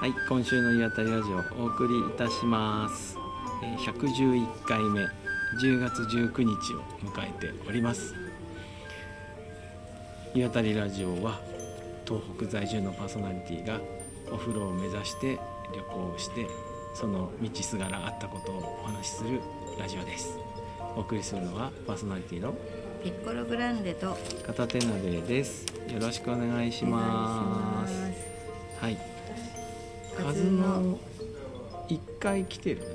はい、今週の言い当たりラジオお送りいたします。えー111回目10月19日を迎えております。言い当たりラジオは東北在住のパーソナリティがお風呂を目指して旅行をしてその道すがらあったことをお話しするラジオです。お送りするのはパーソナリティのピッコログランデとお願いし片手鍋です。よろしくお願いしまます。す。はい。カ数ズのノ一回来てるよね。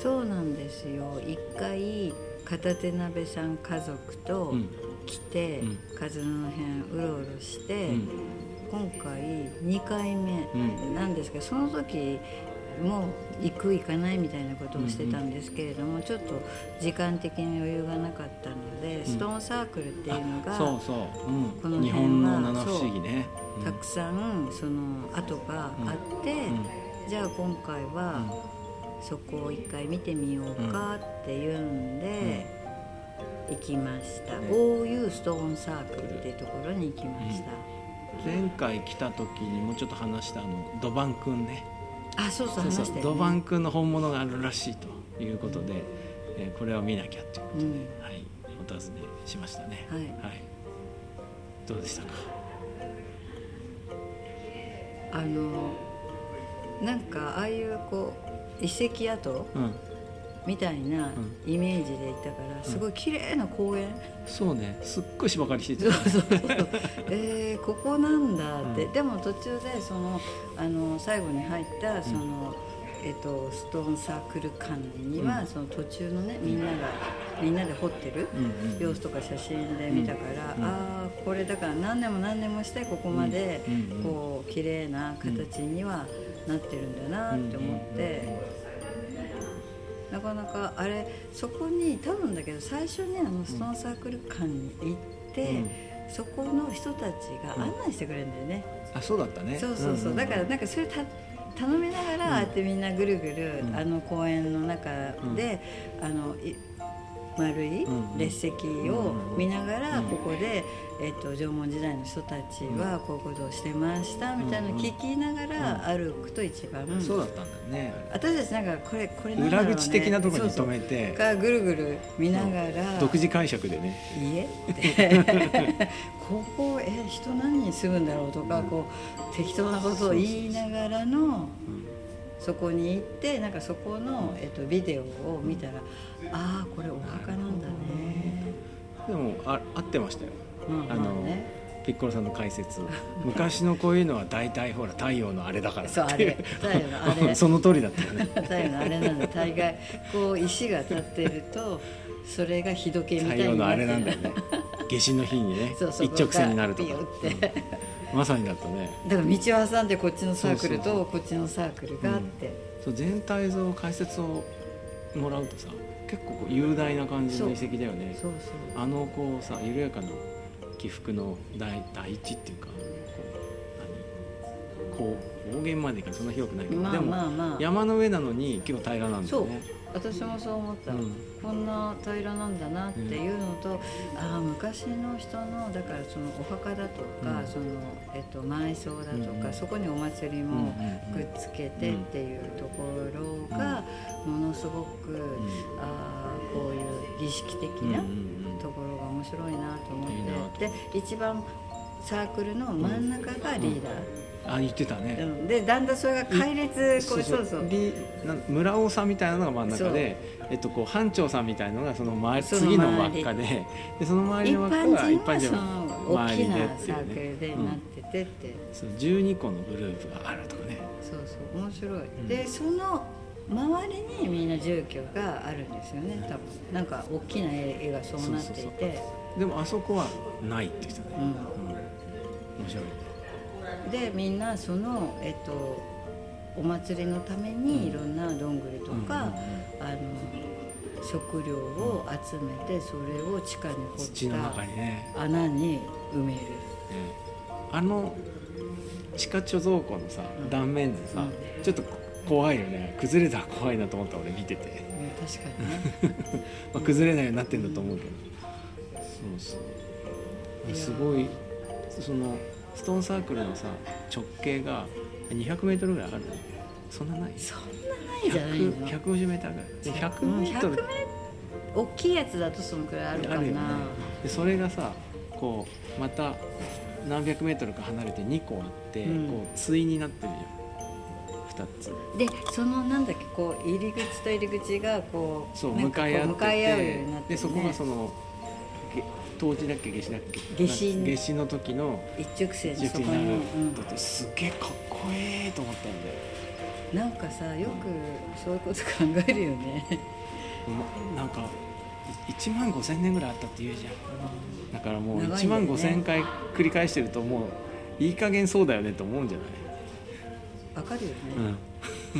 そうなんですよ。一回片手鍋さん家族とうん。来て、うんカズノの辺うろうろして、うん。今回二回目うんなんですけど、その時もう行く行かないみたいなことをしてたんですけれども、ちょっと時間的に余裕がなかったので、ストーンサークルっていうのあが。そうそう。うん。この辺は日本の七不思議ね。うんたくさんその跡があって、じゃあ今回はそこを一回見てみようかっていうんで行きました、ね OU ストーンサークルっていうところに行きました、前回来た時にもうちょっと話したあのドバンくんね。あそうそう話したよねドバンくんの本物があるらしいということで、えーこれを見なきゃというこうとで、んはい、お尋ねしましたね。はいはい、どうでしたか。あのなんかああいうこう遺跡跡うん。みたいなイメージでいたから、すごい綺麗な公園、そうね。すっごい芝刈りして そうた。そうそうえーここなんだって、うんでも途中でそのあの最後に入ったその、えっとストーンサークル館には、うんその途中のねみんながみんなで掘ってるうんうん様子とか写真で見たから、ああーこれだから何年も何年もしてここまで、うんうんうんこう綺麗な形にはなってるんだなって思って。なかなかあれそこに多分だけど最初にあのストーンサークル館に行って、そこの人たちが案内してくれるんだよね、あ、そうだったね。そうそうそう、だからなんかそれた頼みながら、ああやってみんなぐるぐる、うんあの公園の中で、あのい丸いうんうん列席を見ながら、ここで、えっと縄文時代の人たちはこういうことをしてましたみたいなのを聞きながら歩くと一番、そうだったんだよね。私たちなんかこれこれなんだろ裏う、ね、口的なところにそう止めて、がぐるぐる見ながら独自解釈でね。家って ここえ人何人住むんだろうとか、こう適当なことを言いながらのそこに行ってなんかそこの、えっと、ビデオを見たら、ああこれお墓なんだね。でもあ合ってましたよ。うんあのまあねピッコロさんの解説。昔のこういうのは大体ほら太陽のあれだからそうっあてい れう。太陽のあれその通りだったよね。太陽のあれなんだ大概こう石が立ってるとそれが日時計みた太いになって陽るのあれなんだよね。夏至の日にねそう、そう一直線になるとかピヨって。うんまさにだったね。だから道を挟んでこっちのサークルそうそうとこっちのサークルがあって、そう全体像解説をもらうとさ、結構こう雄大な感じの遺跡だよね。そうそうあのこうさ緩やかな起伏の大第一っていうかこう何こう方言までいかないそんな広くないけど、まあまあでまもあ山の上なのに結構平らなんだそようね。私もそう思った、うんこんな平らなんだなっていうのと、ああ昔の人のだからそのお墓だとか、うんそのえっと埋葬だとうんか、うんそこにお祭りうんうんもうんくっつけてっていうところがものすごく、ああこういう儀式的うんうんなうんところが面白いなと思いいなと思っってて、で一番サークルの真ん中がリーダー。あ言ってたうね。んでだんだんそれが解列こうそうそうりなん村尾さんみたいなのが真ん中で、えっとこう班長さんみたいなのがその前その次の輪周っりかで、でその周り一の輪っか般が人は人その大きなサ周ーりでクっていうねルでなっててってそう12個のグループがあるとかね。そうそう面白んいでその周りにみんな住居があるんですよね多分なんか大きな絵がそうなっていそうそうてでもあそこはないって言ってたね、うん面白いでみんなそのえっとお祭りのためにいろんなどんぐりとかあの食料を集めてそれを地下に土掘のっ中にねた穴に埋めるねあの地下貯蔵庫のさうん断面図さ、うちょっと怖いよね崩れたら怖いなと思った俺見てて、うん確かにね まあ、崩れないようになってんだと思うけど、そうそうすごいそのストーンサークルのさ直径が 200m ぐらいあるのそんなないそんなないんじゃないの 150m ぐらいでうん 100m 100大きいやつだとそのくらいあるかあなるよねでそれがさこうまた何百メートルか離れて2個あって、うんこう対になってるじゃん2つでそのなんだっけこう入り口と入り口がこうそうなん向かこかい合ってて向かい合うようになって、ね、でそこがそのげ冬至だっけ夏至だっけ夏至夏至の時の一直線にそ塾こにに、なうんるだってすっげえかっこええと思ったんだよなんかさよくそういうこと考えるよね、もうなんか1万5千年ぐらいあったって言うじゃんだからもう長いんだよね1万5千回繰り返してるともういい加減そうだよねと思うんじゃない、わかるよね、うん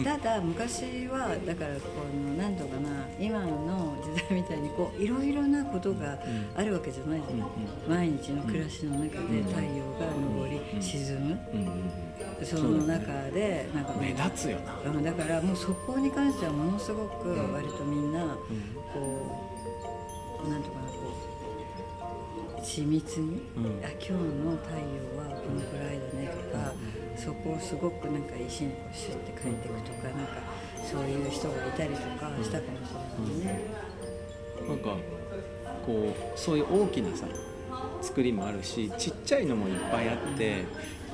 ただ昔はだからこの何度かな今の時代みたいにこういろいろなことがあるわけじゃないじゃない、毎日の暮らしの中でうん太陽が昇りうん沈むうんうんうんその中でなんかうん、目立つよな、うんだからもうそこに関してはものすごく割とみんなこうなんとかなこう緻密に、うんあ今日の太陽はこのくらいだねとか、そこをすごくなんか石にこうシュッて書いていくとか、なんかそういう人がいたりとかしたかもしれないね。なんかこうそういう大きなさ作りもあるしちっちゃいのもいっぱいあって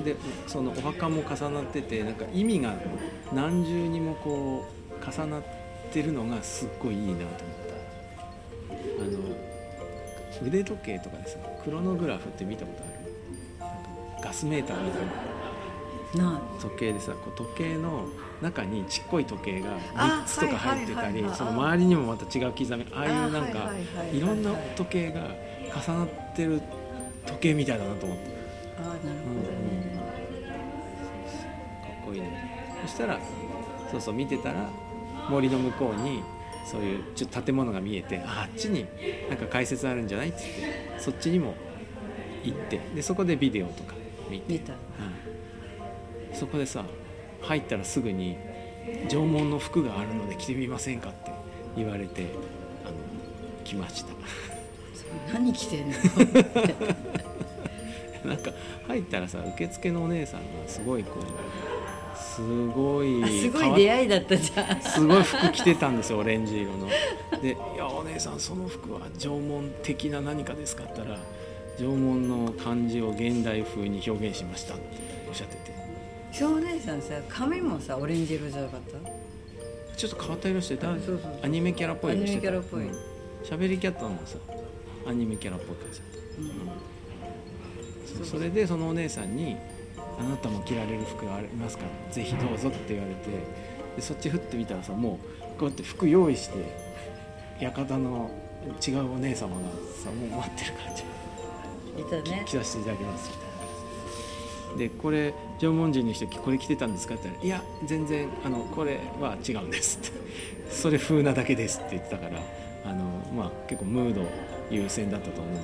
でそのお墓も重なっててなんか意味が何重にもこう重なってるのがすっごいいいなと思ったあの腕時計とかでさクロノグラフって見たことあるなんかガスメーターみたいなな時計でさこう時計の中にちっこい時計があ3つとか入ってたはいはいりはいはいその周りにもまた違う刻みああいうなんかあはいはいはいはいいろんな時計が重なってる時計みたいだなと思ってああなるうんうんほどね。かっこいいねそしたらそうそう見てたら森の向こうにそういうちょっと建物が見えてああっちになんか解説あるんじゃないっつってそっちにも行ってでそこでビデオとか見て見た。うんそこでさ入ったらすぐに「縄文の服があるので着てみませんか?」って言われてあの来ましたそれ何 着てんの？なんか入ったらさ受付のお姉さんがすごいこうすごいあすご変いわっ出会いだったじゃん。すごい服着てたんですよオレンジ色の。で「いやお姉さんその服は縄文的な何かですか?」って言ったら「縄文の漢字を現代風に表現しました」っておっしゃってて少年さんさ髪もさオレンジ色じゃなかった？ちょっと変わった色してたあそうそうそうアニメキャラっぽい色してたアニメキャラっうぽいん喋りキャットもさアニメキャラっぽい感じだっうんたそうそれでそのお姉さんに「あなたも着られる服がありますからぜひどうぞ」って言われてでそっち振ってみたらさもうこうやって服用意して館の違うお姉様がさもう待ってる感じいたね着。させていただきますみたいな感じででこれ縄文人の人これ着てたんですかって言ったら「いや全然あのこれは違うんです」って「それ風なだけです」って言ってたからあの、まあ、結構ムード優先だったと思うんだ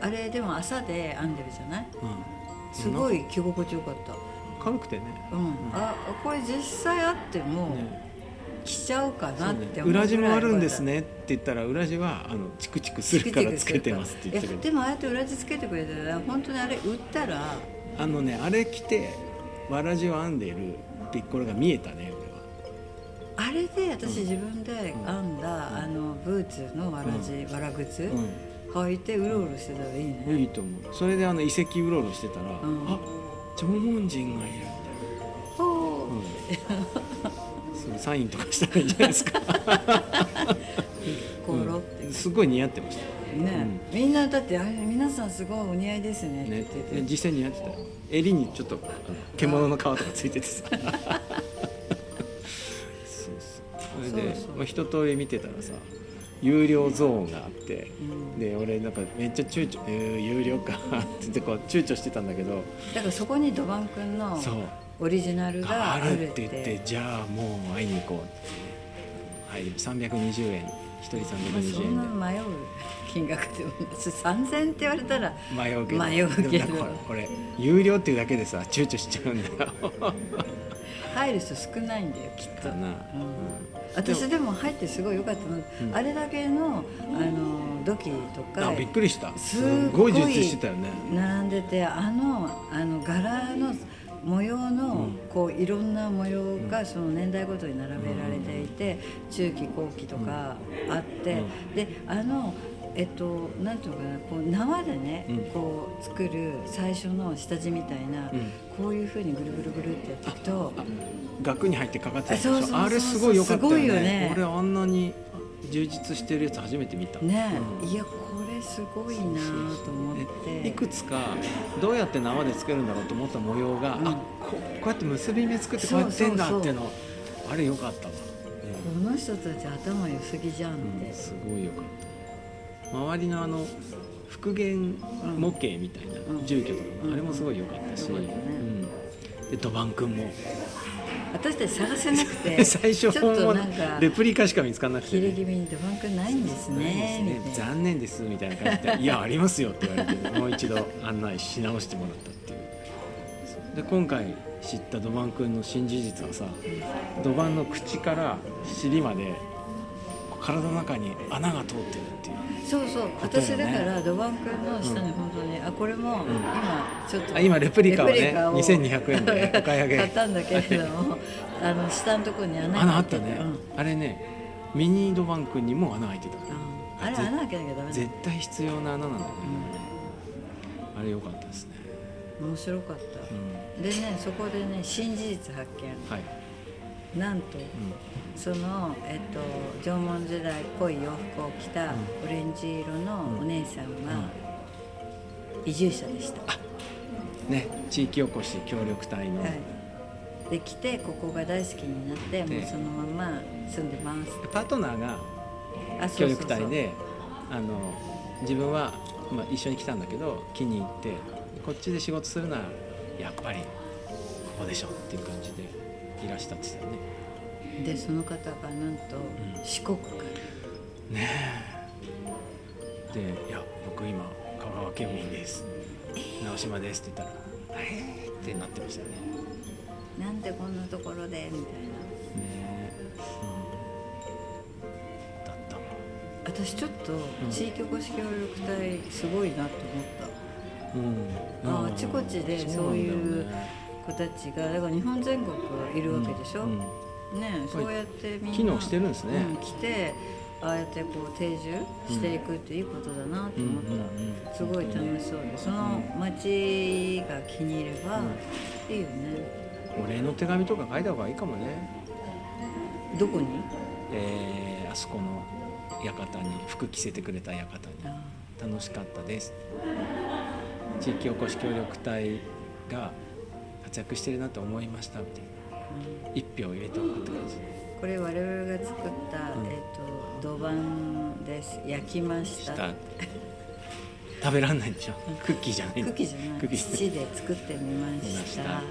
けあれでも朝で編んでるじゃない？ど、すごいい着心地よかった。軽くてねうん、あこれ実際あってもね着ちゃおうかそなうっねて思うぐらい裏地もあるんですねって言ったら裏地はあのチクチクするからつけてますって言っているやでもああやって裏地つけてくれたら本当にあれ売ったらあのねあれ着てわらじを編んでいるピッコロが見えたね俺は。あれで私自分で編んだ、あのブーツのわらじ、わら靴、うん履いてうろうろしてたらいいね、いいと思うそれであの遺跡うろうろしてたら、んあ縄文人がいるみたいほう なそうサインとかしたらいいんじゃない ですかこうろって、うんすごい似合ってましたね、みんなだってあれ皆さんすごいお似合いですねってね言ってて、ね実際に似合ってたよ襟にちょっとあの獣の皮とかついててさそうそうそれでそうそうまあ、一通り見てたらさ有料ゾーンがあって、うんで俺なんかめっちゃ躊躇えー「有料か」って言ってこう躊躇してたんだけどだからそこにドバン君のそうオリジナルががああるるっってて言ってじゃあもう会いに行こうって言って入り320円一人まあそ320んな円迷う金額でもないし3000円って言われたらで迷うけど迷うけどでもなんかほらこれ有料っていうだけでさ躊躇しちゃうんだよ入る人少ないんだよきっとだな、ううんん私でも入ってすごい良かったの、あれだけのあの土器とかあびっくりしたすすっごごいい充実してたよね並んでてあのあの柄の模様のうんこういろんな模様うがその年代ごとに並べられていて中期後期とかあってであのえっとなんていうのかなこう縄でねうんこう作る最初の下地みたいなうんこういうふうにぐるぐるぐるってやっていくとあ額に入ってかかってたでしそうそうょそうあれすごい良かったよねすごいよね俺あんなに充実してるやつ初めて見たねうんいやこれすごいなと思っていくつかどうやって縄で作るんだろうと思った模様が、うんあここうやって結び目作ってこうやってんだそうそうそうっていうのあれよかったわ、この人たち頭良すぎじゃんっうんてすごいよかった周りのあの復元模型みたいなうん住居とかも、うんあれもすごいよかったし、うんうんで土板くんも私たち探せなく て最初ちょっ本と物なんかレプリカしか見つからなくて切ね、れ気味に出番くんないんですねみたいな残念ですみたいな感じで「いやありますよ」って言われてもう一度案内し直してもらったっていうで今回知った土板くんの新事実はさ土板の口から尻まで体の中に穴が通ってるっていうそうそうことよね私だから土板くんの下に本当に、あこれもん今ちょっと、あ今レプリカをねレプリカを2200円 でお買い上げ買ったんだけれどもあの下のところに穴が穴あ開いってたてね、うんあれねミニ土板くんにも穴開いてたからあれぜ穴開けなきゃダメだ絶対必要な穴なんだよね、あれ良かったですね、面白かっうた、ん、でねそこでね新事実発はい、見なんとその、えっと、縄文時代っぽい洋服を着たオレンジ色のお姉さんは移住者でした、うん、ね地域おこし協力隊の、はい、で来てここが大好きになってでもうそのまま住んでますパートナーがあ協力隊であの自分は、まあ、一緒に来たんだけど気に入ってこっちで仕事するならやっぱりここでしょっていう感じでいらしたって言ってたよね。そうそうでその方がなんとん四国かねえで「いや僕今香川県民です直島です」って言ったら「えー!」ってなってましたよね。らなんでこんなところでねみたいうん、だったわな私ちょっとん地域おこし協力隊すごいなと思ったうんああちこちでそういう子たちがだから日本全国いるわけでしょ、うんうんねえそうやってみんな機能してるんですねうん来てああやってこう定住していくっていいことだなと思っうた、んうんうんすごい楽しそうでその街が気に入ればいいよね、お礼の手紙とか書いた方がいいかもね、どこにえーあそこの館に服着せてくれた館に「楽しかったです」地域おこし協力隊が活躍してるなと思いましたみたいなうん一票入れた方がって感じこれ我々が作った、うんえっと土板です焼きまししたた食べらんない でしょクッキーじゃないクのッキーじゃないクッキー土で作ってみま見まししたた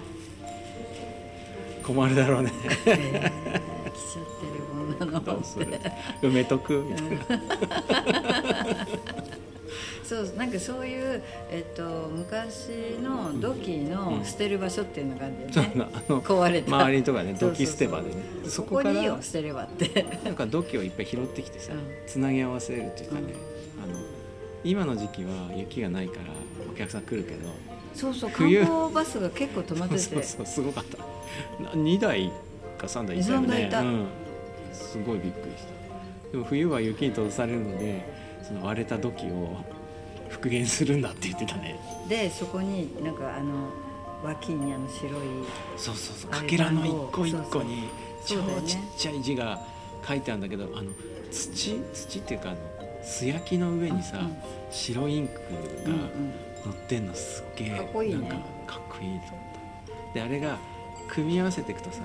困るだろうね えー来ちゃってる女のど子うっするて埋めとくみたいなそうなんかそういう、えっと、昔の土器の捨てる場所っていうのがあるんだよね、そうなのあの壊れた周りのとかねそうそうそう土器捨て場でねそそここからにいいよ捨てればってなんか土器をいっぱい拾ってきてさ、うんつなぎ合わせるっていうかね、あの今の時期は雪がないからお客さん来るけどそうそう観冬光バスが結構止まってて そうそうすごかったな2台か3台いたよ3台ねいたうん、すごいびっくりしたでも冬は雪に閉ざされるのでその割れた土器を復元するんだって言ってたねでそこになんかあの脇にあの白いそうそうそうあれかけらの一個一個にそ超うそうそうだよねちっちゃい字が書いてあるんだけどあの土土っていうかあの素焼きの上にさ、あうん白インクうんうがん乗ってんのすっげえかっこいいねなんかかっこいいと思ったであれが組み合わせていくとさ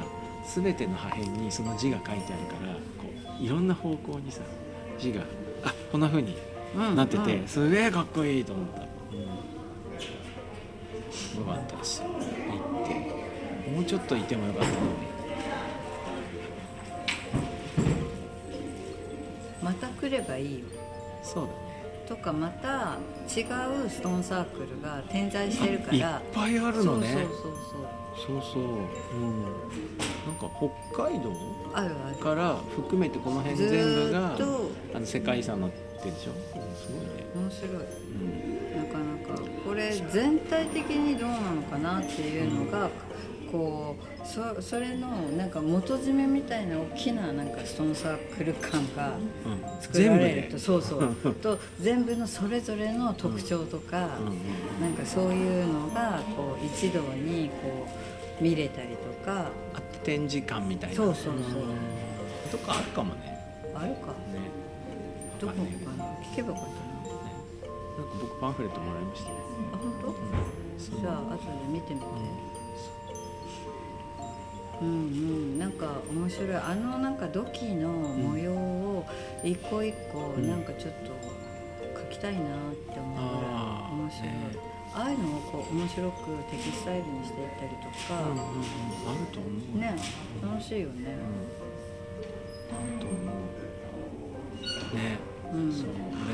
全ての破片にその字が書いてあるからこういろんな方向にさ字があこんな風にうんなってて、うんすげえかっこいいと思った、うん、よかったし行ってもうちょっといてもよかったのにまた来ればいいよそうだねとかまた違うストーンサークルが点在してるかいっらぱいあるのねそうそうそうそうそそううんなんか北海道うあるあるから含めてこの辺ず全部ーがっとあの世界遺産になってるでしょすごいね面白いうんなかなかこれ全体的にどうなのかなっていうのがこうそそれのなんか元締めみたいな大きななんかストーンサークル感がうん作全ら部れるでとそうそう と全部のそれぞれの特徴とか、うんうんなんかそういうのがこう一堂にこう見れたりとかあと展示館みたいなそうそうそうんとかあるかもねあるかねどこかわんないけどな聞けばよかったなねなんか僕パンフレットもらいましたねあ本そ当うじゃあ後で見てみてうんうんなんか面白いあのなんか土器の模様を一個一個うんなんかちょっと描きたいなって思うぐらいあー面白いねああいうのをこう面白くテキスタイルにしていったりとうんうんうんか、あると思うね楽しいようねん、あると思うねうんそう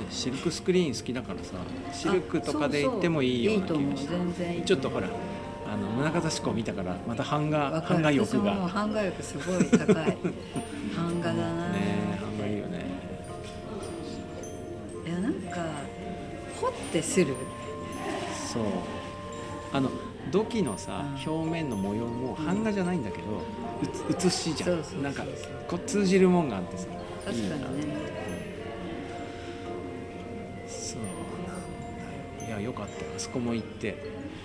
俺シルクスクリーン好きだからさシルクとかで行ってもいいような気そうそうがいいしと思う全然いいてちょっとほらあの宗像志功見たからまた版画わか版る画欲私もが版画力すごい 高い版画だな、ね版画いいよねいやなんか掘ってするそうあの土器のさ、うん表面の模様も版画じゃないんだけど、うつ写しじゃんそうそうそうそうなんかこう通じるもんがあってさ確かにいねいなそうなんだよいやよかったよあそこも行って、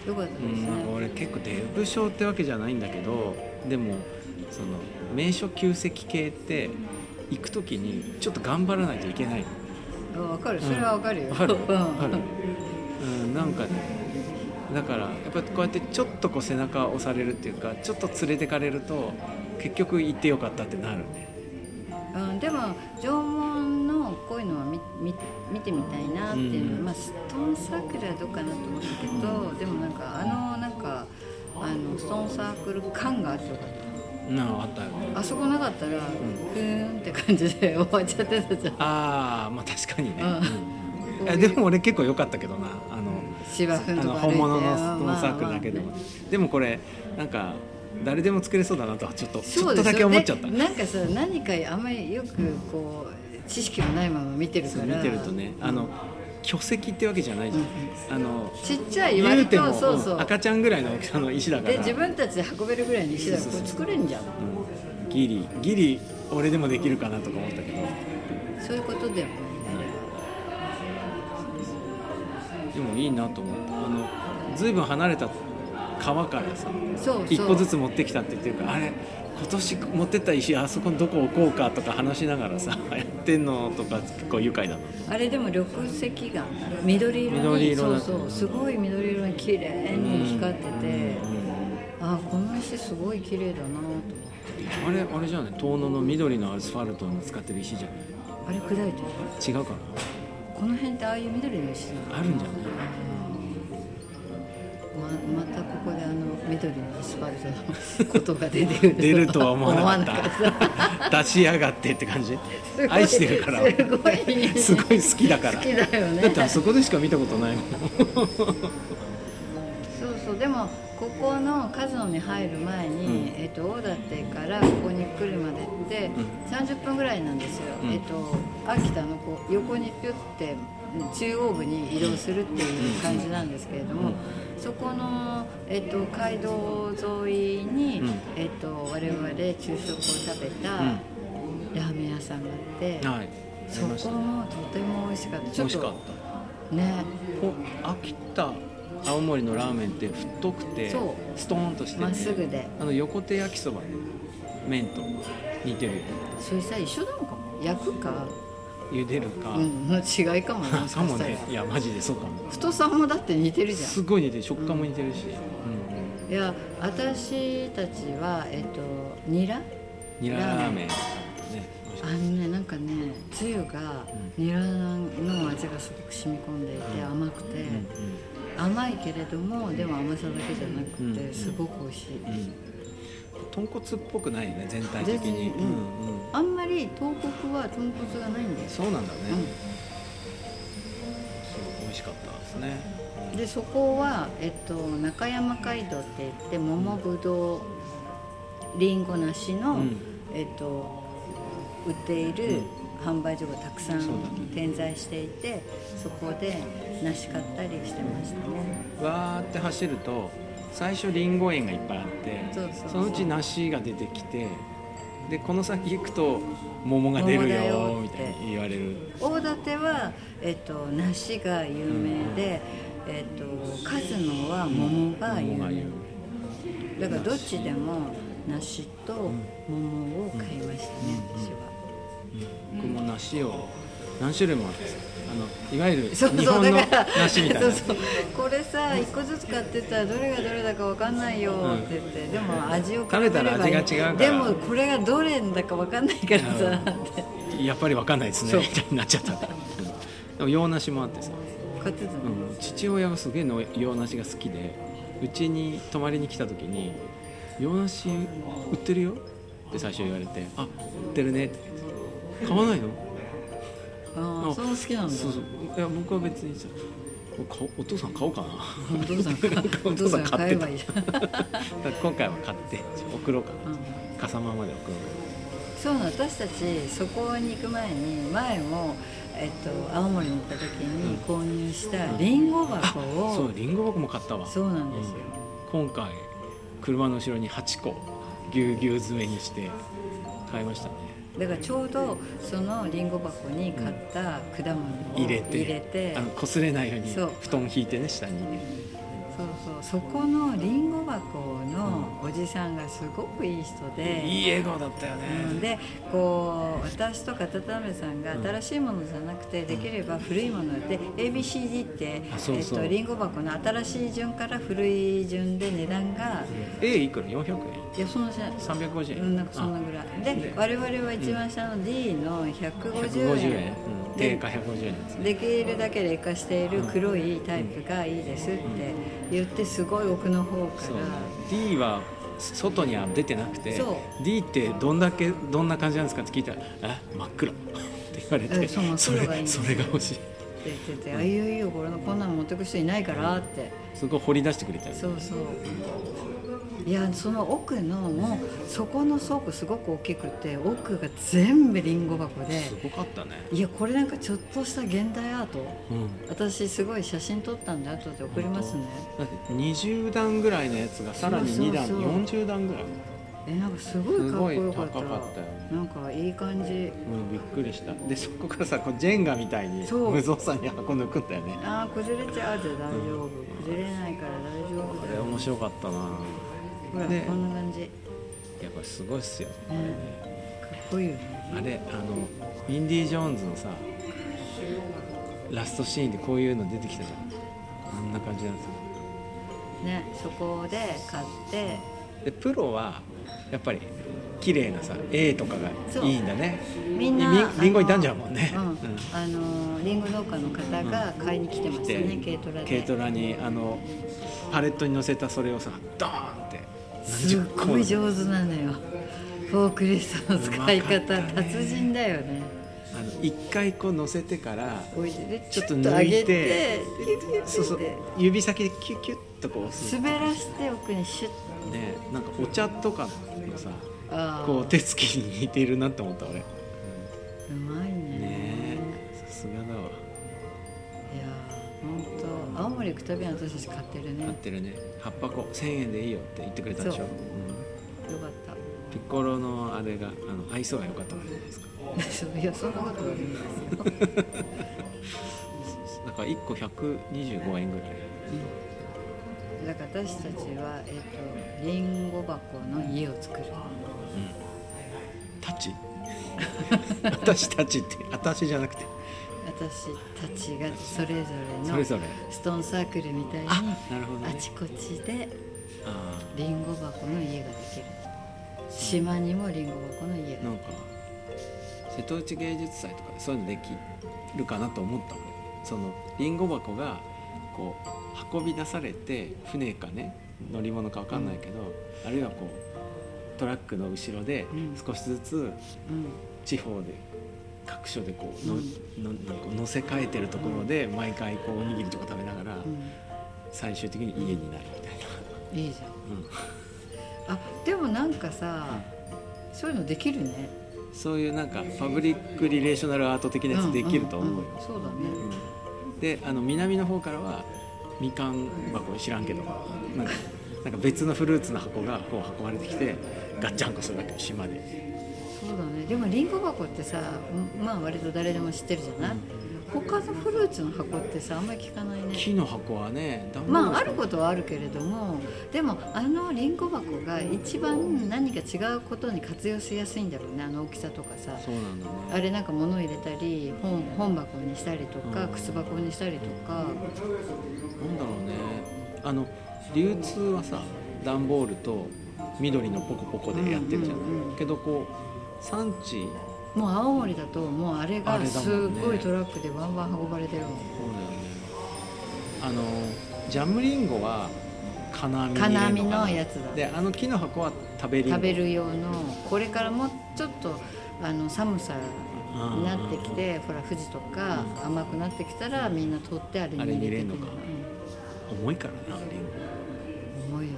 よかったですうね、ん、なんか俺結構デブ症ってわけじゃないんだけどでもその名所旧跡系って行く時にちょっと頑張らないといけないのあわかるそれはわかるよ、わかるうんわかるうん、なんかねだからやっぱこうやってちょっとこう背中を押されるっていうかちょっと連れてかれると結局行ってよかったってなるねうん、でも縄文のこういうのは見見見てみたいなっていうのは、うんまあストーンサークルはどうかなと思ったけど、でもなんかあのなんかあのストーンサークル感があってよかったなああったよねあそこなかったら、ふーんって感じで終わっちゃってた じゃんああまあ確かにね、ううんんいやでも俺結構良かったけどなあの,、芝あ生のとのこ歩本いて物のストーンサークルだけでも、まあまあねでもこれなんか誰でも作れそうだなとはちょっとちょそうっでとだすよけ思っちゃったね、なんかさ何かあんまりよくこう知識もないまま見てるそかうら見てるとねあの巨石ってわけじゃないじゃん、あのちっちゃい言う割てもとそうそううん赤ちゃんぐらいの大きさの石だからで自分たちで運べるぐらいに石だからこれ作れんじゃんうんギリギリ俺でもできるかなとか思ったけどそういうことだよねでもいいなと思ったあのずいぶん離れた川からさそうそう一個ずつ持ってきたって言ってるからあれ今年持ってった石あそこどこ置こうかとか話しながらさやってんのとか結構愉快だなあれでも緑石が緑色に緑色だそうそうすごい緑色に綺麗に光ってて、うんあこの石すごい綺麗だなと思ってあれあれじゃない遠野の緑のアスファルトに使ってる石じゃなあれ砕いている違うかこの辺ってああいう緑の石なのなあるんじゃないままたここであの緑のアスファルトのことが出てる出るとは思わなかっ思たわなかっ出しやがってって感じすごい愛してるからすごいすごい好きだから好きだよねだってあそこでしか見たことないもんそうそうでもここのカズノに入る前に、うんえっと大館からここに来るまでってう30分ぐらいなんですよ、うんえっと秋田のこう横にピュッて中央部に移動するっていう感じなんですけれども、うんそこの、えっと街道沿いに、うんえっと我々昼食を食べたうんラーメン屋さんがあって、はい。そこもとても美味しかった美味しとかった。ねこ秋田青森のラーメンって太くてそストーンとしててまっすぐであの横手焼きそばね麺と似てるよね。それさ一緒なのかも焼くか茹でるか、うん、の違いかもね。もしかかもしたらね。いやマジでそうかも。太さもだって似てるじすごい似てる食感も似てるし。ゃん。いや、私たちは、えっと、ニラ。うん。ニララーメンね。美味しあかっのね、なんかね、つゆが、ニラの味がすごく染み込んでいて、うん甘くて。たうんうん甘いけれども、でも甘さだけじゃなくうて、んすごく美味しい。うん。豚骨っぽくないよね全体的に。全然うんうん。あんまり東北は豚骨がないんです。そうなんだね。うんしかったですね、うんでそこは、えっと、中山街道って言って桃ぶどうりんご梨の、うんえっと、売っている販売所がたくさんそうだね点在していてそこで梨買ったりしてましたねわーって走ると最初りんご園がいっぱいあってそうそうそうのうち梨が出てきてでこの先行くと桃が出るよ桃だよーっみてたいに言われる大館は、えっと、梨が有名で、えっと、数野は桃が有桃が名言うだからどっちでも梨と桃を買いましたね、うん私は。僕も梨を何種類もあってあのいわゆる日そう本そのうだから梨みたいなそうそうこれさ一個ずつ買ってたらどれがどれだかわかんないよんって言って、でも味を食べたら味が違うからでもこれがどれだかわかんないかうらんさってやっぱり分かんないですそうねみたいになっちゃったうんでも洋梨もあってさ、買ってたうの、ん、父親がすげえの洋梨が好きでうちに泊まりに来た時に「洋梨売ってるよ」って最初言われて「あ売ってるね」って買わないのああその好きなんだそうそういや僕は別にさおかお父さん買おうかなお父さんか おお父父ささんん買買ってえたばいいじゃん今回は買って送ろうかな、うん笠間まで送ろうそうなの私たちそこに行く前に前も、えっと、青森に行った時に購入したりんご箱かなそうをりんご箱も買ったわそうなんですようん今回車の後ろに8個ぎゅうぎゅう詰めにして買いましたねだからちょうどそのりんご箱に買った果物を入れて入れてあの擦れないようにそう布団引いてね下にそうそうそこのりんご箱のおじさんがすごくいい人で。いい笑顔だったようねんでこう私とか田辺さんが新しいものじゃなくてできれば古いもので ABCD ってあそうそうえっと、りんご箱の新しい順から古い順で値段が A いくら400円いやそのじゃ350円うんなんかそんなぐらいで我々は一番下の D のあ150 150円円、うん、で定価150円ですねできるだけ劣化している黒いタイプがいいですって言ってすごい奥の方かそうら D は外には出てなくてそ D ってどんだけどんな感じなんですかって聞いたら「え真っ暗」って言われうてんそう真っそれ黒がいいんですそれが欲しいって言ってて「あいいよいいよこれのこんなの持ってく人いないから」ってそこ掘り出してくれたよねそうそういやその奥のもうそこの倉庫すごく大きくて奥が全部りんご箱ですごかったねいやこれなんかちょっとした現代アートうん私すごい写真撮ったんで後で送りますねだって20段ぐらいのやつがさらに2段そうそうそう40段ぐらい、えなんかすごいかっこよかったすごい高かったよねなんかいい感じうん、びっくりしたでそこからさこうジェンガみたいにそう無造作に運んでくんだよねあー崩れちゃうで大丈夫崩れないから大丈夫こだれよ面白かったなほらねこんな感じやっぱりすごいっすようんかっこいいよねあれあのインディ・ージョーンズのさラストシーンでこういうの出てきたじゃんあんな感じなんですよねそこで買ってでプロはやっぱり綺麗なさ A とかがいいんだねみんなりあのりんご傷んじゃうもんね、うんうんあのリンゴ農家の方が買いに来てましたね、軽トラで軽トラにあのパレットに乗せたそれをさドーンってすっごい上手なのよフォークリストの使いうまか方ったね達人だよねあの一回こう乗せてからおいででちょちょっっとと抜上いげててピュッピュッピュッそうそうって指先でキュッキュッとこう押す滑らして奥にシュッねなんかお茶とかのさあーこう手つきに似ているなって思った俺ねうまいねえさすがだわいやー本当青森行くたびに私たち買ってるね合ってるね葉っぱこう1000円でいいよって言ってくれたでしょ、そううんよかった ピッコロのあれがあの愛想が良かったわけじゃないですかそういやそんなことないんですよ、だから1個125円ぐらいだから私たちはえっ、とリンゴ箱の家を作るたち 私たちって私じゃなくて私たちがそれぞれそのれぞれストーンサークルみたいにあなるほどねあちこちであリンゴ箱の家ができる島にもリンゴ箱の家ーがなんか瀬戸内芸術祭とかでそういうのできるかなと思ったのそのりんご箱がこう運び出されて船かね乗り物か分かんないけど、あるいはこうトラックの後ろでうん少しずつうん地方で各所でこうの、のなんかこう乗せ替えてるところで毎回こうおにぎりとか食べながら最終的に家になるみたい な、うん、いいじゃうんんあでもなんかさそういうのできるねそういうなんかパブリックリレーショナルアート的なやつできると思うよ、んんんそうだねうんであの南の方からはみかん箱知らんけどなんかなんか別のフルーツの箱がこう運ばれてきてガッチャンコするだけ島でそうだねでもりんご箱ってさうんまあ割と誰でも知ってるじゃない他のフルーツの箱ってさあんまり聞かないね木の箱はね段ボールまああることはあるけれどもでもあのりんご箱が一番何か違うことに活用しやすいんだろうねあの大きさとかさそうなんだねあれなんか物入れたり本本箱にしたりとうかん靴箱にしたりとなかんだろうねあの流通はさ段ボールと緑のポコポコでやってるじゃない、うんうんうんけどこう産地もう青森だともうあれあがれだもんすねごいトラックでバンバン運ばれてるもんそうだよねあのジャムリンゴは金網に入れ金網るのかなのやつだであの木の箱は食べりんご食べる用のこれからもうちょっとあの寒さになってきてほら富士とか甘くなってきたらみんな取ってあれに入れてあれにくる入れんのか重いからなりんごうん重いよね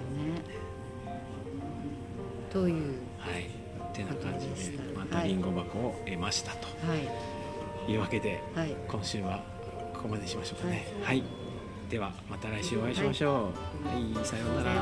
というはいてな感じわかりましでたまたりんご箱を得ましたとはいいうわけではい今週はここまでしましょうかねはい、ではまた来週お会いしましょう、はい、さようなら